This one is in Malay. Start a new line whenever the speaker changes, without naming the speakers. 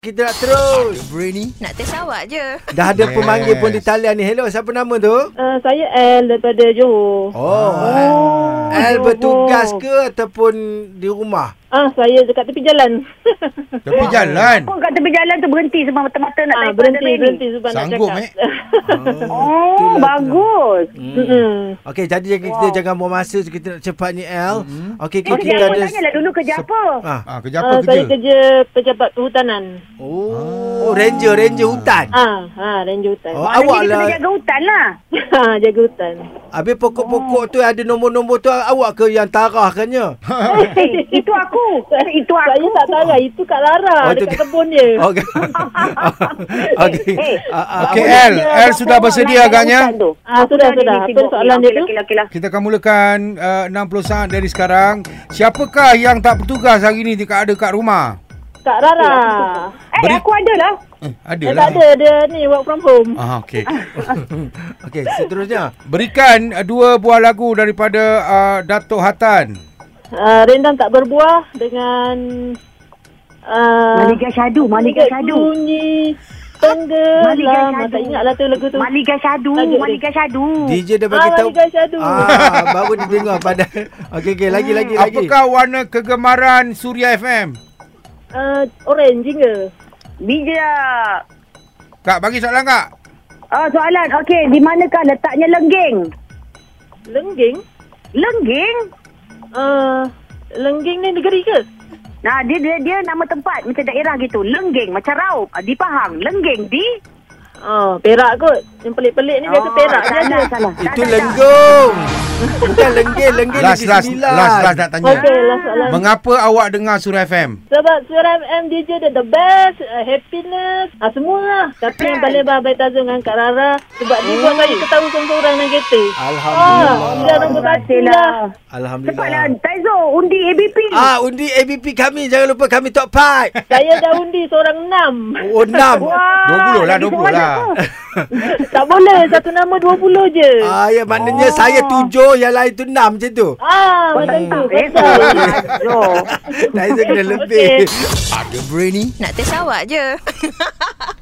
Kita nak terus.
Berani
Nak test awak je.
Dah ada
Yes.
pemanggil pun di talian ni. Hello, siapa nama tu?
Uh, saya L daripada Johor.
Oh.
Oh,
Ah. Al
Johor.
bertugas ke ataupun di rumah?
Ah, saya dekat tepi jalan.
Tepi jalan
Kau kat tepi jalan tu berhenti sebab mata-mata nak
ah,
naik
berhenti,
pandai
berhenti sebab nak
Sanggup,
cakap.
Mek.
hmm.
Oh, bagus.
Mm-mm.
Okey, jadi jangan kita jangan buang masa kita nak cepat ni Al. Okey,
Kau
okay,
kerja
kita
apa?
ada
Tanyalah lah dulu kerja apa.
Ah.
Ah, kerja apa
Ah, saya
kerja?
kerja pejabat perhutanan.
Oh, ranger, ranger hutan.
Ah, ha, ranger hutan.
Oh,
Oh.
Maknanya
awak
kita
lah.
kena jaga hutan lah.
jaga hutan.
Habis pokok-pokok
Oh.
tu ada nombor-nombor tu awak ke yang tarahkannya?
Eh, itu aku. Itu
Saya
aku.
tak tahu lah, itu Kak
Oh,
Lara oh,
itu
dekat
Kak-
kebun dia.
Okey. Okey.
Eh, eh.
Ah, ah,
Okey,
ah.
L. L sudah bersedia agaknya?
Ah, sudah, sudah. Apa soalan dia tu?
Okey lah, okey lah.
Kita akan mulakan uh, 60 saat dari sekarang. Siapakah yang tak bertugas hari ini dekat ada kat rumah?
Kak Rara.
Eh,
Beri-
aku ada lah.
Eh, ada
Dia
lah.
tak ada dia ni work from home.
Ah, okey.
Okey, seterusnya.
Berikan uh, dua buah lagu daripada uh, Datuk Hatan.
Ah, rendang tak berbuah dengan ah,
Malika Syadu, Malika Syadu.
Bunyi
Malika
tenggelam. Ah,
Syadu.
Tak ingat lah tu lagu tu.
Malika Syadu,
Tajuk dia.
Malika Syadu.
DJ dah bagi
Ah,
tahu.
Malika Syadu.
Ah, baru dia dengar pada. Okey, okey, lagi lagi lagi.
Apakah warna kegemaran Suria FM?
Uh, orange jingga.
Bijak.
Kak, bagi soalan kak.
Oh, soalan. Okey, di manakah letaknya lengging?
Lengging?
Lengging?
Uh, lengging ni negeri ke?
Nah, dia dia dia nama tempat macam daerah gitu. Lengging macam raup Ah, di Pahang. Lengging di
Oh, perak kot. Yang pelik-pelik ni
Oh,
biasa perak je ada.
salah, salah.
Itu
Dah, dah, dah.
lenggong. Bukan lenggeng, lenggeng
Last,
negeri
last,
sembilan.
last, last nak tanya.
Okey,
Ah.
lah soalan.
Mengapa awak dengar Suria FM?
Sebab suara FM DJ dia the best, uh, happiness, ah, semua lah. Tapi yang paling bahagia Tazung dengan Kak Rara. Sebab dia buat bagi ketawa seorang-seorang dalam kereta.
Alhamdulillah.
Ah, dia lah. nombor satu lah.
Cepatlah.
Alhamdulillah.
Taizo, undi ABP.
Ah, undi ABP kami jangan lupa kami top 5.
Saya dah undi seorang enam.
Oh, 6.
Ah,
Wah,
20 lah,
lagi
20
soalan
lah.
apa?
tak boleh, satu nama dua puluh je.
Ah, ya maknanya saya 7, yang lain tu 6 macam tu.
Ah, macam tu.
Eh,
betul.
Taizo.
Saya kena lebih.
Nak test awak je.